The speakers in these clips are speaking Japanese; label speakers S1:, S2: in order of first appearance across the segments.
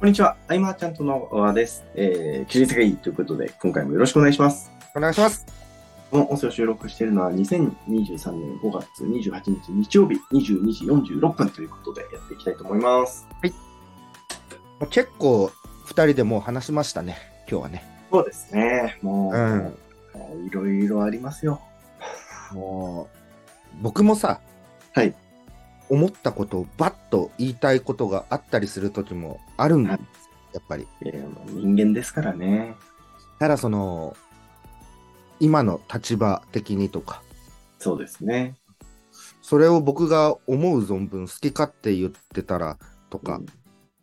S1: こんにちは、アイマーちゃんとの小川です。えー、キリン世界ということで、今回もよろしくお願いします。
S2: お願いします。
S1: この音声を収録しているのは2023年5月28日日曜日22時46分ということでやっていきたいと思います。
S2: もう結構、二人でもう話しましたね、今日はね。
S1: そうですね。もう、
S2: うん
S1: いろいろありますよ。
S2: もう、僕もさ、
S1: はい。
S2: 思ったことをバッと言いたいことがあったりする時もあるんだ、
S1: はい
S2: やっぱり。
S1: えーまあ人間ですからね。
S2: ただ、その、今の立場的にとか、
S1: そうですね。
S2: それを僕が思う存分好き勝手言ってたらとか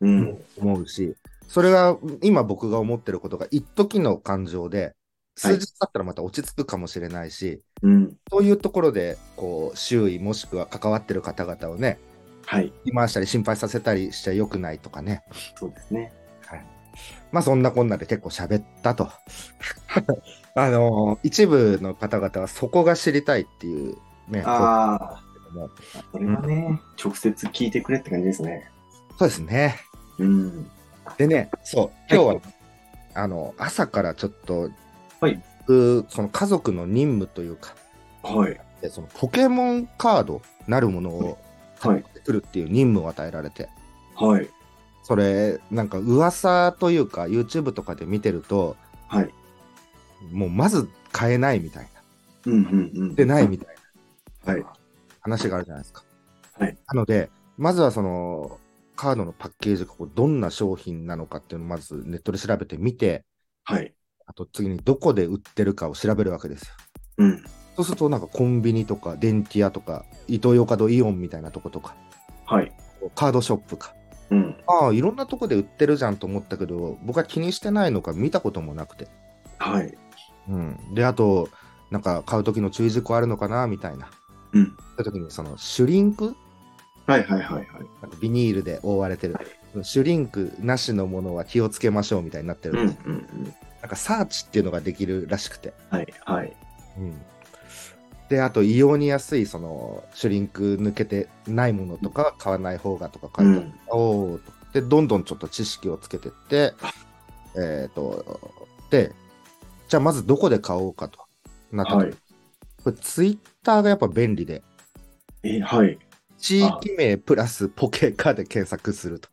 S1: うん。
S2: 思うし、それが今僕が思ってることが一時の感情で、
S1: はい
S2: 数日経ったらまた落ち着くかもしれないし、
S1: うん。うん。
S2: そういうところで、こう、周囲もしくは関わってる方々をね、
S1: はい。
S2: 言い回したり心配させたりしちゃ良くないとかね。
S1: そうですね。
S2: まあそんなこんなで結構喋ったと。 あのー一部の方々はそこが知りたいっていうね、こ
S1: あ
S2: とですけども
S1: あ、これはね、直接聞いてくれって感じですね。
S2: そうですね。
S1: うん。
S2: でね、そう、今日は、あの、朝からちょっと、
S1: はい
S2: 僕その家族の任務というか、
S1: はい。
S2: でそのポケモンカードなるものを
S1: はい。
S2: 作るっていう任務を与えられて、
S1: はい。
S2: それなんか噂というか YouTube とかで見てると
S1: はい。
S2: もうまず買えないみたいな
S1: うんうんうん。
S2: でないみたいな
S1: はい。
S2: 話があるじゃないですか。
S1: はい
S2: なのでまずはそのカードのパッケージがこうどんな商品なのかっていうのをまずネットで調べてみて
S1: はい。
S2: あと次にどこで売ってるかを調べるわけですよ。
S1: うん。
S2: そうするとなんかコンビニとか電気屋とかイトーヨーカドーイオンみたいなとことか
S1: はい。
S2: カードショップか
S1: うん。
S2: ああいろんなとこで売ってるじゃんと思ったけど僕は気にしてないのか見たこともなくて
S1: はい。
S2: うん、であとなんか買う時の注意事項あるのかなみたいな
S1: うん。
S2: そういう時にそのシュリンク
S1: はいはいはいはい。
S2: なんかビニールで覆われてる、シュリンクなしのものは気をつけましょうみたいになってる、
S1: うんうん
S2: で
S1: うん。
S2: なんかサーチっていうのができるらしくて、
S1: はいはい。
S2: うん、であと異様に安いそのシュリンク抜けてないものとかは買わない方がとか
S1: う
S2: 書いてある、
S1: ん。
S2: おおでどんどんちょっと知識をつけてってえっ、とでじゃあまずどこで買おうかとなった時
S1: はい。
S2: これツイッターがやっぱ便利で、
S1: え、はい。
S2: 地域名プラスポケカで検索すると。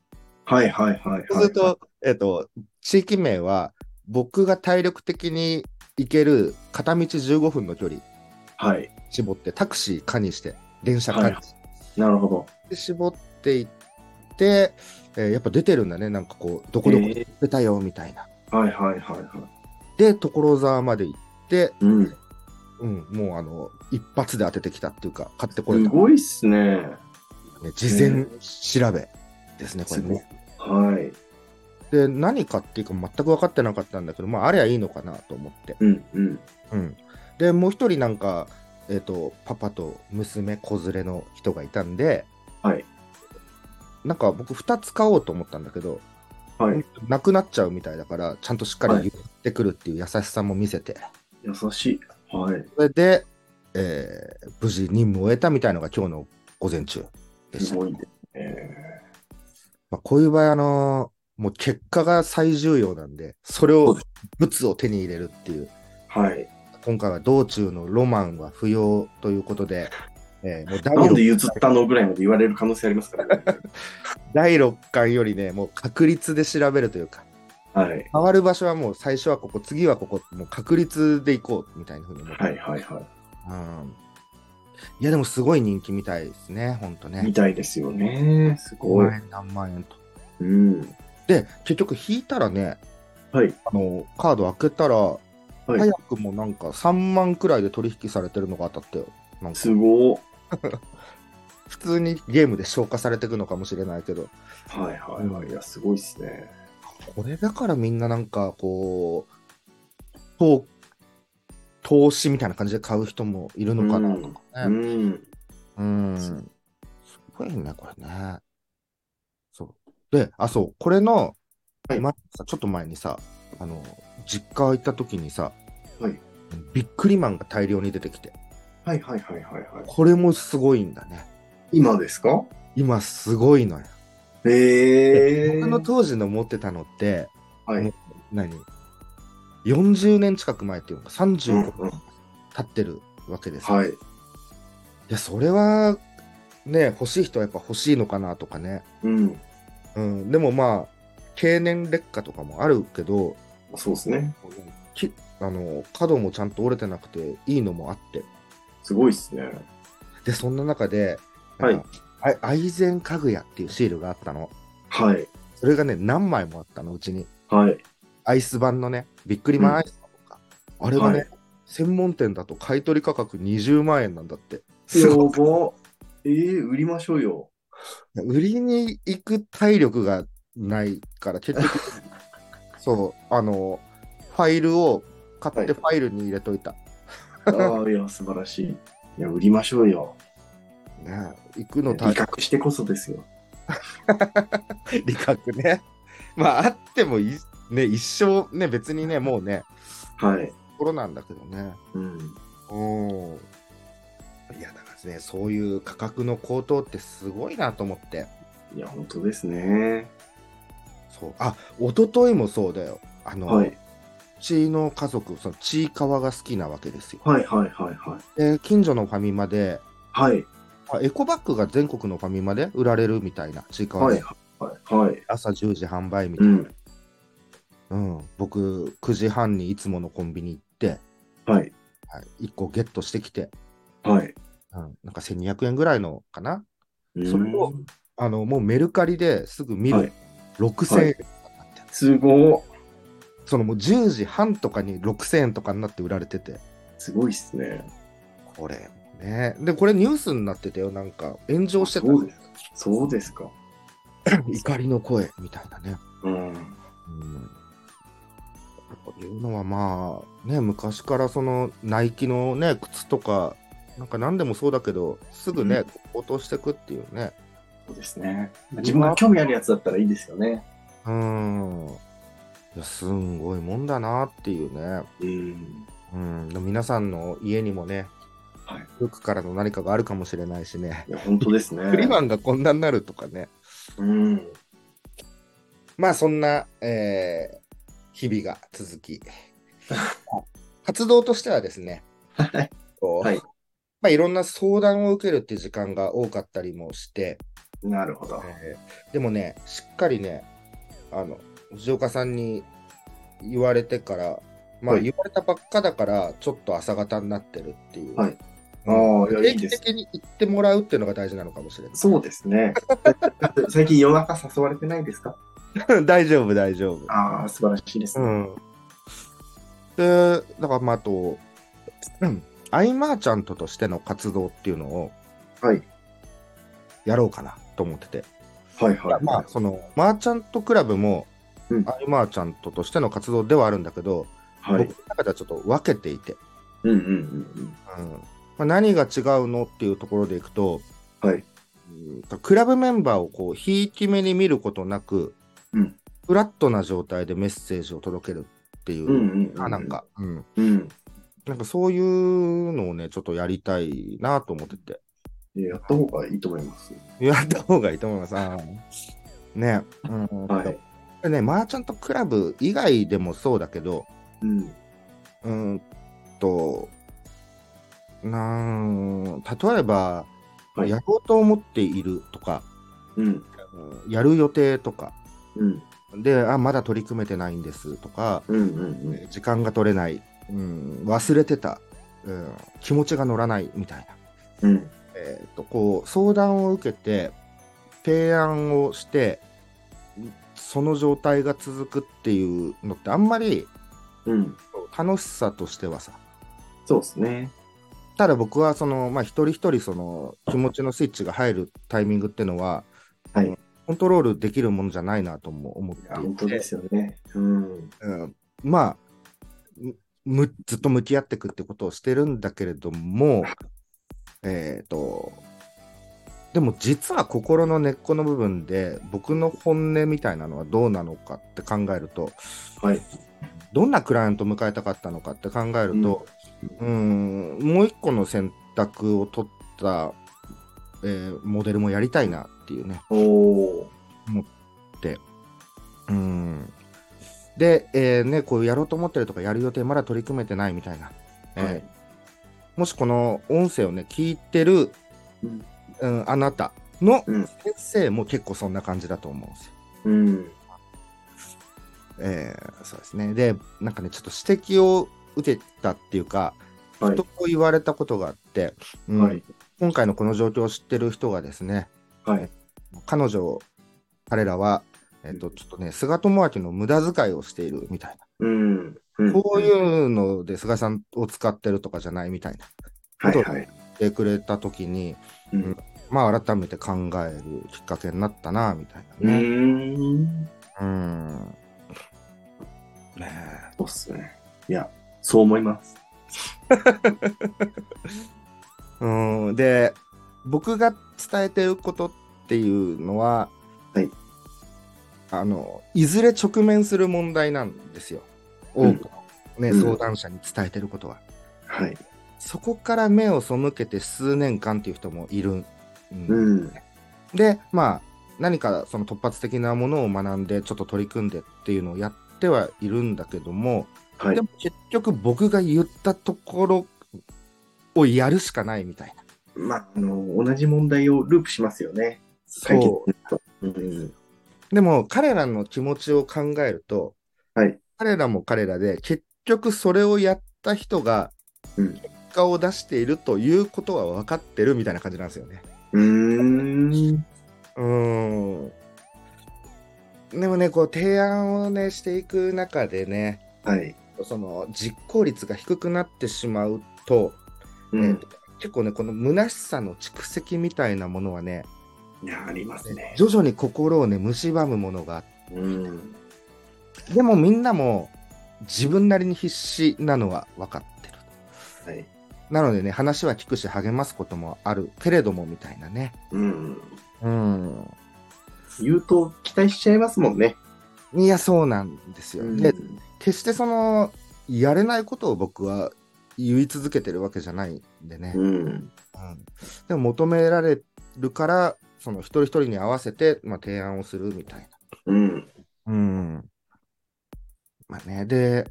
S1: はいはいはい。
S2: そうすると、、えっ、と、地域名は僕が体力的に行ける片道15分の距離
S1: はい。
S2: 絞って、タクシーかにして、電車かにし
S1: なるほど。
S2: て絞っていって、えーやっぱ出てるんだね、なんかこう、どこどこ
S1: え
S2: 出たよみたいな。
S1: ーはいはいはいは
S2: で、所沢まで行って、
S1: い。うん。
S2: うん、もうあの、一発で当ててきたっていうか、買ってこれ
S1: す
S2: た、
S1: ごいっすね。
S2: ね。事前調べですね、こ
S1: す
S2: れ
S1: ご
S2: ね
S1: い。はい。
S2: で何かっていうか全く分かってなかったんだけど、まあ、あれはいいのかなと思って、
S1: うんうん。
S2: うん、でもう一人なんか、えっとパパと娘子連れの人がいたんで
S1: はい。
S2: なんか僕2つ買おうと思ったんだけど、
S1: はい。
S2: なくなっちゃうみたいだからちゃんとしっかり言ってくるっていう優しさも見せて、
S1: 優しい。はい。
S2: それで、えー無事任務を終えたみたいのが今日の午前中でし
S1: す
S2: た、
S1: ごいですね。
S2: まあ、こういう場合あのーもう結果が最重要なんでそれ
S1: そう
S2: を
S1: で
S2: 物を手に入れるっていう
S1: はい。
S2: 今回は道中のロマンは不要ということで、えーもう第
S1: なんで
S2: 6
S1: 譲ったのぐらいまで言われる可能性ありますからね。
S2: 第六巻よりね、もう確率で調べるというか、
S1: はい。
S2: 変わる場所はもう最初はここ、次はここ、もう確率で行こうみたいなふうに思って、
S1: はいはいは
S2: うんいや、でもすごい人気みたいですね、ほんと
S1: い。み
S2: ね。
S1: たいですよね。す
S2: 5
S1: ごい
S2: 万。円、何万円と。
S1: うん。
S2: で、結局引いたらね、
S1: はい。
S2: あのカード開けたら、
S1: い
S2: 早くもなんか3万くらいで取引されてるのが当たったよ。なんか
S1: すごい。
S2: 普通にゲームで消化されていくのかもしれないけど、
S1: はいはいはい。いや、すごいっすね。
S2: これだからみんななんかこう投投資みたいな感じで買う人もいるのかなとか
S1: う
S2: ね。
S1: ん。
S2: うん、すごいねこれね。そうであそうこれの、
S1: はい
S2: 前さちょっと前にさあの実家行った時にさ、
S1: はい
S2: ビックリマンが大量に出てきて
S1: はいはいはいはいはい。
S2: これもすごいんだね。
S1: 今ですか
S2: 今すごいのよ。
S1: へえ。
S2: 僕の当時の持ってたのって、
S1: はい。
S2: 何 ?40 年近く前っていうのか、
S1: うん
S2: 35
S1: うん
S2: 経ってるわけですよ、
S1: はい。
S2: いや、それは、ね、欲しい人はやっぱ欲しいのかなとかね。
S1: うん。
S2: うん、でもまあ、経年劣化とかもあるけど、
S1: そうですね。
S2: きあの角もちゃんと折れてなくて、いいのもあって。
S1: すごいっすね。
S2: で、そんな中で、
S1: はい
S2: なんかあ愛禅家具屋っていうシールがあったの。
S1: はい。
S2: それがね、何枚もあったの、うちに。
S1: はい。
S2: アイス版のね、ビックリマンアイスとか。あれがね、
S1: は
S2: 専門店だと買い取り価格20万円なんだって。す
S1: や
S2: ごい
S1: ば。えー、売りましょうよ。
S2: 売りに行く体力がないから、結局、そう、あの、ファイルを買
S1: は
S2: っ
S1: い
S2: てファイルに入れといた。
S1: ああ、いや、素晴らしい。いや、売りましょうよ。
S2: ねえ、行くの
S1: 威
S2: 大
S1: 嚇してこそですよ。
S2: 変、理覚ね。まあ、あってもいい、ね、一生、ね、別にね、もうね、
S1: はい。
S2: コロなんだけどね。
S1: うん。
S2: うん。いや、だからね、そういう価格の高騰ってすごいなと思って。
S1: いや、本当ですね。
S2: そう。あ、一昨日もそうだよ。あの、
S1: は
S2: う
S1: い。
S2: ちの家族、その、ちいかわが好きなわけですよ。
S1: はいはいはいはい。
S2: で、近所のファミマで、
S1: はい。
S2: あエコバッグが全国のファミマで売られるみたいな、ちいかわ
S1: は
S2: で、
S1: いはい。はい。
S2: 朝10時販売みた
S1: う
S2: いな。
S1: ん。
S2: うん、僕、9時半にいつものコンビニ行って、
S1: はい。
S2: はい、1個ゲットしてきて、
S1: はい。
S2: うん、なんか1200円ぐらいのかな。
S1: うん
S2: それをあの、もうメルカリですぐ見る、
S1: はい
S2: 6000円、
S1: はいすごっ。
S2: そのもう10時半とかに6000円とかになって売られてて、
S1: すごいっすね。
S2: これ、ね。で、これニュースになってたよ、なんか、炎上してた。
S1: そうですそうですか。
S2: 怒りの声みたいなね。
S1: うん。
S2: うんというのはまあね昔からそのナイキのね靴とかなんか何でもそうだけどすぐ
S1: う
S2: ね落としてくっていうね
S1: そうですね。自分が興味あるやつだったらいいですよね。
S2: うんいやすんごいもんだなっていうね
S1: うん。
S2: うんでも皆さんの家にもね
S1: はい。
S2: 古くからの何かがあるかもしれないしね
S1: いや、本当です ね。
S2: クリマンがこんなになるとかね
S1: うん。
S2: まあそんな、えー日々が続 き活動としてはですね
S1: はい。
S2: こう
S1: はい
S2: まあ、いろんな相談を受けるっていう時間が多かったりもして、
S1: なるほど。
S2: えーでもね、しっかりね、あの、藤岡さんに言われてから、まあ、
S1: はい
S2: 言われたばっかだから、ちょっと朝方になってるっていう。
S1: はい
S2: うん
S1: ああいやい
S2: 定
S1: い
S2: 期
S1: です
S2: 的に言ってもらうっていうのが大事なのかもしれ
S1: そうですね。だって最近夜中誘われてないですか
S2: ない。大丈夫、大丈夫。
S1: ああ、素晴らしいです
S2: う
S1: ね。
S2: ん。で、だから、まあ、あと、うんアイマーチャントとしての活動っていうのを
S1: はい。
S2: やろうかなと思ってて。
S1: はいはい。
S2: まあ、そのマーチャントクラブも、
S1: うん
S2: アイマーチャントとしての活動ではあるんだけど、
S1: はい
S2: 僕。の中ではちょっと分けていて、
S1: うんうんうん
S2: うんまあ、何が違うのっていうところでいくと、
S1: うん。はい。
S2: うんとクラブメンバーをこう、ひいき目に見ることなく、
S1: うん
S2: フラットな状態でメッセージを届けるっていう、
S1: うんうんうん。
S2: あなん。か、うん、
S1: うん。
S2: なんかそういうのをね、ちょっとやりたいなと思ってて、
S1: いややった方がいいと思います。
S2: やった方がいいと思います。あーね、うん
S1: はい。
S2: でね、マーチャントクラブ以外でもそうだけど、
S1: うん。
S2: うーんと、なん、例えば、
S1: はい
S2: やろうと思っているとか、
S1: うん。
S2: うんやる予定とか、
S1: うん。
S2: で、あ、まだ取り組めてないんですとか、
S1: うんうんうん。
S2: 時間が取れない、うん、忘れてた、うん、気持ちが乗らないみたいな、
S1: うん。
S2: えーと、こう、相談を受けて、提案をして、その状態が続くっていうのって、あんまり
S1: うん。
S2: 楽しさとしてはさ、
S1: そうですね。
S2: ただ僕はその、まあ、一人一人その気持ちのスイッチが入るタイミングってのは、
S1: はい
S2: あのコントロールできるものじゃないなとも思っ
S1: い
S2: て
S1: や、
S2: い
S1: 本当
S2: て
S1: ですよね。うん。
S2: うんまあむむずっと向き合っていくってことをしてるんだけれどもえっ、とでも実は心の根っこの部分で僕の本音みたいなのはどうなのかって考えると
S1: はい。
S2: どんなクライアントを迎えたかったのかって考えると、うーん、もう一個の選択を取った、えーモデルもやりたいなっていうね。
S1: おお。
S2: 思って。うん。で、えーね、こうやろうと思ってるとか、やる予定まだ取り組めてないみたいな。えー
S1: はい
S2: もしこの音声をね、聞いてる、
S1: うん
S2: うんあなたの
S1: うん
S2: 先生も結構そんな感じだと思うんですよ。
S1: うん。
S2: えーそうですね。で、なんかね、ちょっと指摘を受けたっていうか、
S1: はい
S2: 人。と言われたことがあって、うん
S1: はい。
S2: 今回のこの状況を知ってる人がですね、
S1: はい。
S2: 彼女を、彼らは、えっと、
S1: うん
S2: ちょっとね、菅智明の無駄遣いをしているみたい
S1: うん。う
S2: な、
S1: ん
S2: こういうので菅さんを使ってるとかじゃないみたいな、
S1: はい
S2: こと
S1: はい。
S2: 言ってくれたときに、
S1: う
S2: うん
S1: ん。
S2: まあ、改めて考えるきっかけになったな、みたいうなね。
S1: ーん。
S2: うん。ね
S1: そうっすね。いや、そう思います。
S2: えうん、で、僕が伝えてることっていうのは、
S1: はい
S2: あの、いずれ直面する問題なんですよ。多くの、ね
S1: うん
S2: 相談者に伝えてることは。
S1: はい。
S2: そこから目を背けて数年間っていう人もいる。うん
S1: うん。
S2: で、まあ、何かその突発的なものを学んで、ちょっと取り組んでっていうのをやってはいるんだけども、
S1: はい
S2: で。も結局僕が言ったところをやるしかないみたいな。
S1: まあ、あの、同じ問題をループしますよね。解決
S2: そ
S1: うん。
S2: う。でも彼らの気持ちを考えると、
S1: はい
S2: 彼らも彼らで、結局それをやった人が、
S1: うん
S2: 結果を出しているということは分かってるみたいな感じなんですよね。
S1: うーん。
S2: うーん。でもね、こう提案をね、していく中でね、
S1: はい。
S2: その実行率が低くなってしまうと、
S1: う
S2: え
S1: ん
S2: ー。結構ね、この虚しさの蓄積みたいなものはね、
S1: いや、ありますね。
S2: 徐々に心をね、蝕むものがあっ
S1: うん。
S2: て、でもみんなも自分なりに必死なのは分かってる。
S1: はい。
S2: なのでね、話は聞くし励ますこともあるけれどもみたいなね。
S1: うん。
S2: うん。
S1: 言うと期待しちゃいますもんね。
S2: いや、そうなんですよ。で、
S1: うん
S2: 決してそのやれないことを僕は言い続けてるわけじゃないんでね、
S1: うん。
S2: うんでも求められるからその一人一人に合わせて、まあ、提案をするみたい
S1: うん。
S2: な、うんまあね、で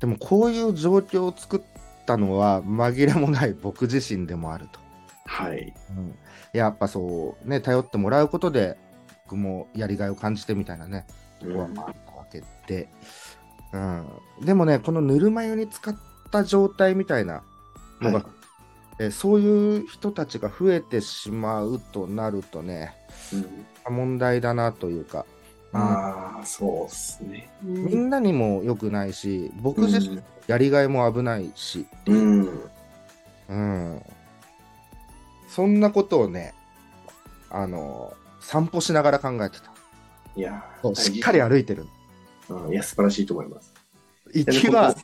S2: でもこういう状況を作ったのは紛れもない僕自身でもあると、
S1: はい。
S2: うんやっぱそうね頼ってもらうことで僕もやりがいを感じてみたいなねとこはまああったわけで、うんでもねこのぬるま湯に使った状態みたいなの
S1: は
S2: が、
S1: い
S2: えそういう人たちが増えてしまうとなるとね
S1: うん
S2: 問題だなというか、
S1: ああ、そうっすね。
S2: うんみんなにも良くないし僕自身のやりがいも危ないし、
S1: うん。
S2: うん、そんなことをねあの散歩しながら考えてた
S1: いや
S2: そ
S1: ー、
S2: うしっかり歩いてる
S1: うん。いや、素晴らしいと思います。
S2: 行きは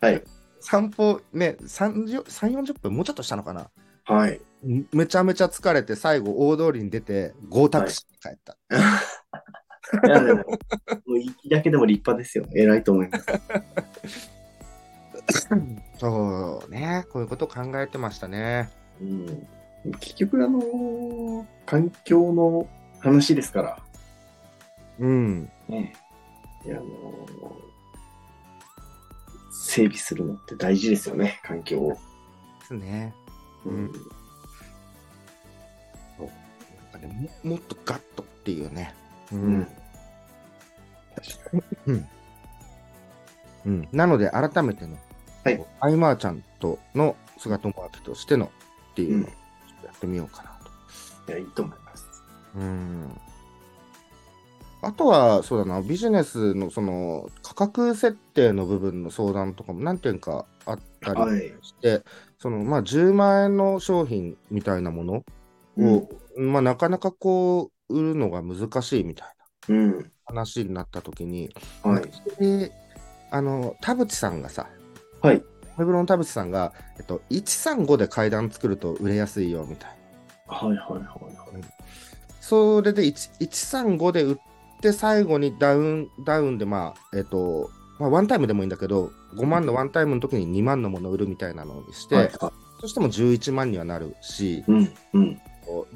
S1: はい。
S2: 散歩ね30 3 4 0分もうちょっとしたのかな
S1: はい。
S2: めちゃめちゃ疲れて最後大通りに出てゴータクシーに帰った、
S1: いや、でも、もう行きだけでも立派ですよ。偉いと思います。
S2: そうねこういうこと考えてましたね
S1: うん。結局、あのー環境の話ですから。
S2: うん
S1: ね。いや、あのー整備するのって大事ですよね、環境を。
S2: ですねうんなんかねももっとガッとっていうねう
S1: うん。
S2: ん、うんなので改めてね、
S1: はい
S2: アイマーちゃんとの菅友明としてのっていうの
S1: うん
S2: をちょっとやってみようかなと
S1: いや、いいと思います。
S2: うんあとは、そうだな、ビジネスのその価格設定の部分の相談とかも何点かあった
S1: は
S2: り
S1: い。
S2: して、そのまあ10万円の商品みたいなものを、まあなかなかこう、売るのが難しいみたいな
S1: うん。
S2: 話になった時に、
S1: はい。
S2: であの、田淵さんがさ、
S1: はい。
S2: ウェブロン田淵さんが、えっと、135で階段作ると売れやすいよみたいな。
S1: はいはいはいはい。
S2: それで1 135で打って最後にダウン、ダウンでまあ、えっ、と、まあワンタイムでもいいんだけど、5万のワンタイムの時に2万のものを売るみたいなのにして、
S1: はいはい
S2: そしても11万にはなるし、
S1: うん。うん。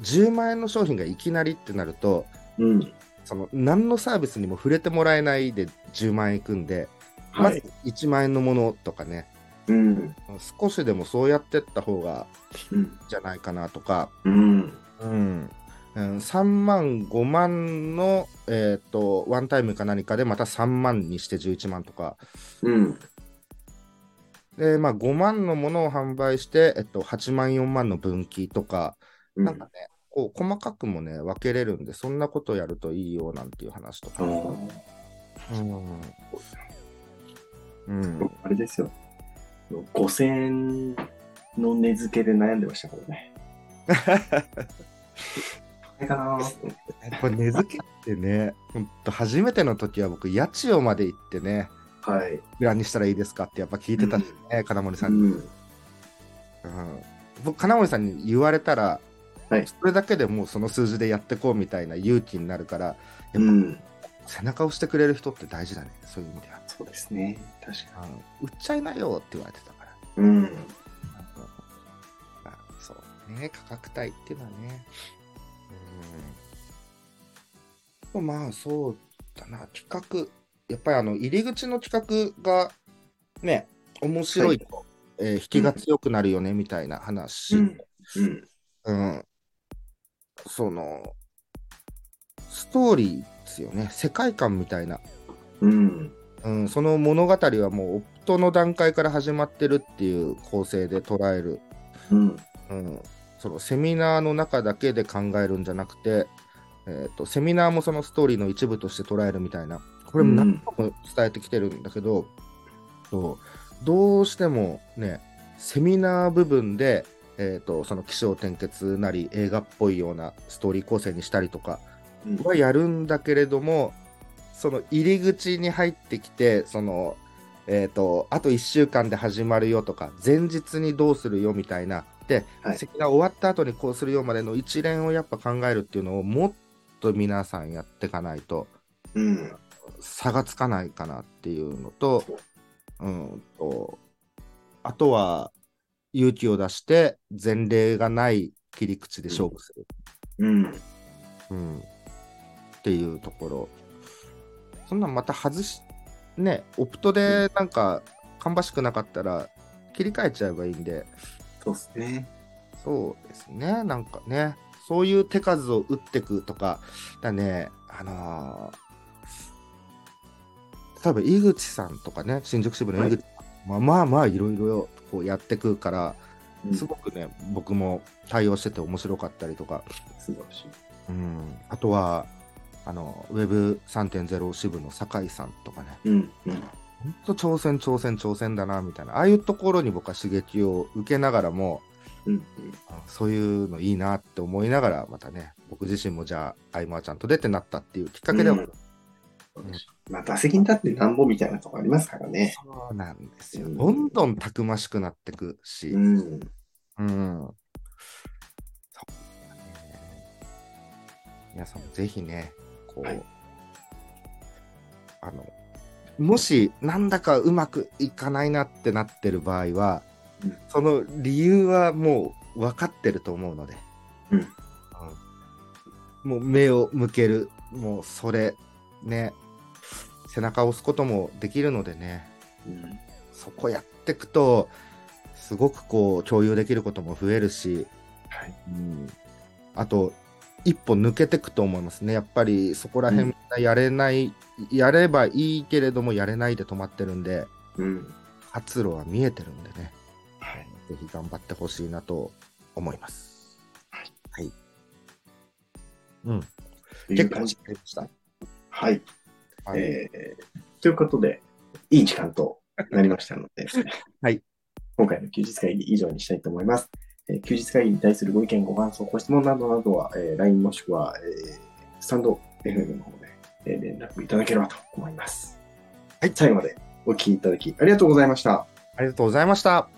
S2: 10万円の商品がいきなりってなると、
S1: うん。
S2: その何のサービスにも触れてもらえないで10万円いくんで、
S1: は
S2: まず
S1: い。
S2: 1万円のものとかね、
S1: うん。
S2: 少しでもそうやってった方が
S1: うん。
S2: じゃないかなとか、
S1: うん。
S2: うんうん、3万、5万の、えっとワンタイムか何かでまた3万にして11万とか、
S1: うん。
S2: でまあ、5万のものを販売して、えっと、8万、4万の分岐とか、
S1: うん
S2: なんかね、こう細かくもね、分けれるんで、そんなことをやるといいよなんていう話と
S1: あ
S2: か。
S1: の
S2: うんうん、
S1: あれですよ。5000円の値付けで悩んでましたから ね。これかなーって
S2: これ根付けってね、ほんと初めての時は僕、八千代まで行ってね、
S1: はい。
S2: いくらにしたらいいですかってやっぱ聞いてたしね、金森さんに。
S1: うん。
S2: うん僕、金森さんに言われたら、
S1: はい
S2: それだけでもうその数字でやってこうみたいな勇気になるから、
S1: うん。
S2: 背中を押してくれる人って大事だね、そういう意味では。
S1: そうですね。確か
S2: うん売っちゃいなよって言われてたから。
S1: に。うん。
S2: うんまあそうね、価格帯っていうのはね。うん。まあそうだな、企画。やっぱりあの、入り口の企画がね、面白いと、えー引きが強くなるよね、みたいな話。
S1: うん。うん。
S2: うんその、ストーリーですよね。世界観みたいな。
S1: うん。
S2: うん、その物語はもう、夫の段階から始まってるっていう構成で捉える。
S1: うん。
S2: うん、そのセミナーの中だけで考えるんじゃなくて、えーと、セミナーもそのストーリーの一部として捉えるみたいな、これも何度も伝えてきてるんだけど、そうどうしてもね、セミナー部分で、えー、とその起承転結なり映画っぽいようなストーリー構成にしたりとか
S1: うん
S2: はやるんだけれども、その入り口に入ってきて、その、えっ、と、あと1週間で始まるよとか、前日にどうするよみたいな、で、
S1: はい
S2: 席が終わった後にこうするよまでの一連をやっぱ考えるっていうのをもっと皆さんやっていかないと
S1: うん。
S2: 差がつかないかなっていうのと、うんと、あとは勇気を出して前例がない切り口で勝負する。
S1: うん。
S2: うん、っていうところそんなんまた外しねオプトでなんか芳しくなかったら切り替えちゃえばいいんで
S1: そうですね。
S2: そうですねなんかねそういう手数を打ってくとかだねあのー例えば井口さんとかね新宿支部の井口さん、まあまあまあいろいろこうやってくから
S1: うん
S2: す
S1: 素
S2: ごくね、僕も対応してて面白かったりとか
S1: 晴らしい。
S2: うん、あとはあの Web3.0 支部の酒井さんとかね、
S1: うん。うん。
S2: 本当挑戦、挑戦、挑戦だなみたいな、ああいうところに僕は刺激を受けながらも、
S1: うん。
S2: あそういうのいいなって思いながら、またね、僕自身もじゃあ、アイマーちゃんと出てなったっていうきっかけでも、
S1: うんまあ、打席に立ってなんぼみたいなとこありますからね。
S2: そうなんですよ、
S1: うん
S2: どんどんたくましくなってくし。
S1: うん。
S2: うん。そうだね皆さんもぜひね、こう、
S1: はい
S2: あの、もし、なんだかうまくいかないなってなってる場合は、
S1: うん
S2: その理由はもう分かってると思うので、
S1: うん
S2: うんもう目を向ける、もうそれ、ね、背中を押すこともできるのでね、
S1: うん。
S2: そこやっていくと、すごくこう共有できることも増えるし、
S1: はい。
S2: うん、あと、一歩抜けてくと思いますね。やっぱりそこら
S1: うん
S2: 辺みんなやれない、やればいいけれどもやれないで止まってるんで、
S1: うん。
S2: 活路は見えてるんでね、
S1: はい。
S2: ぜひ頑張ってほしいなと思います。
S1: はい。
S2: はい。うん。
S1: とい
S2: 結
S1: う
S2: 構
S1: 感じ。
S2: でした。
S1: はい。
S2: はい
S1: えーということで、いい時間となりましたの で、
S2: はい
S1: 今回の休日会議以上にしたいと思います。えー休日会議に対するご意見、ご感想、ご質問などなどは、えー LINE もしくは、えースタンド FM の方で、えー連絡いただければと思います。はい、最後までお聞きいただきありがとうございました。
S2: ありがとうございました。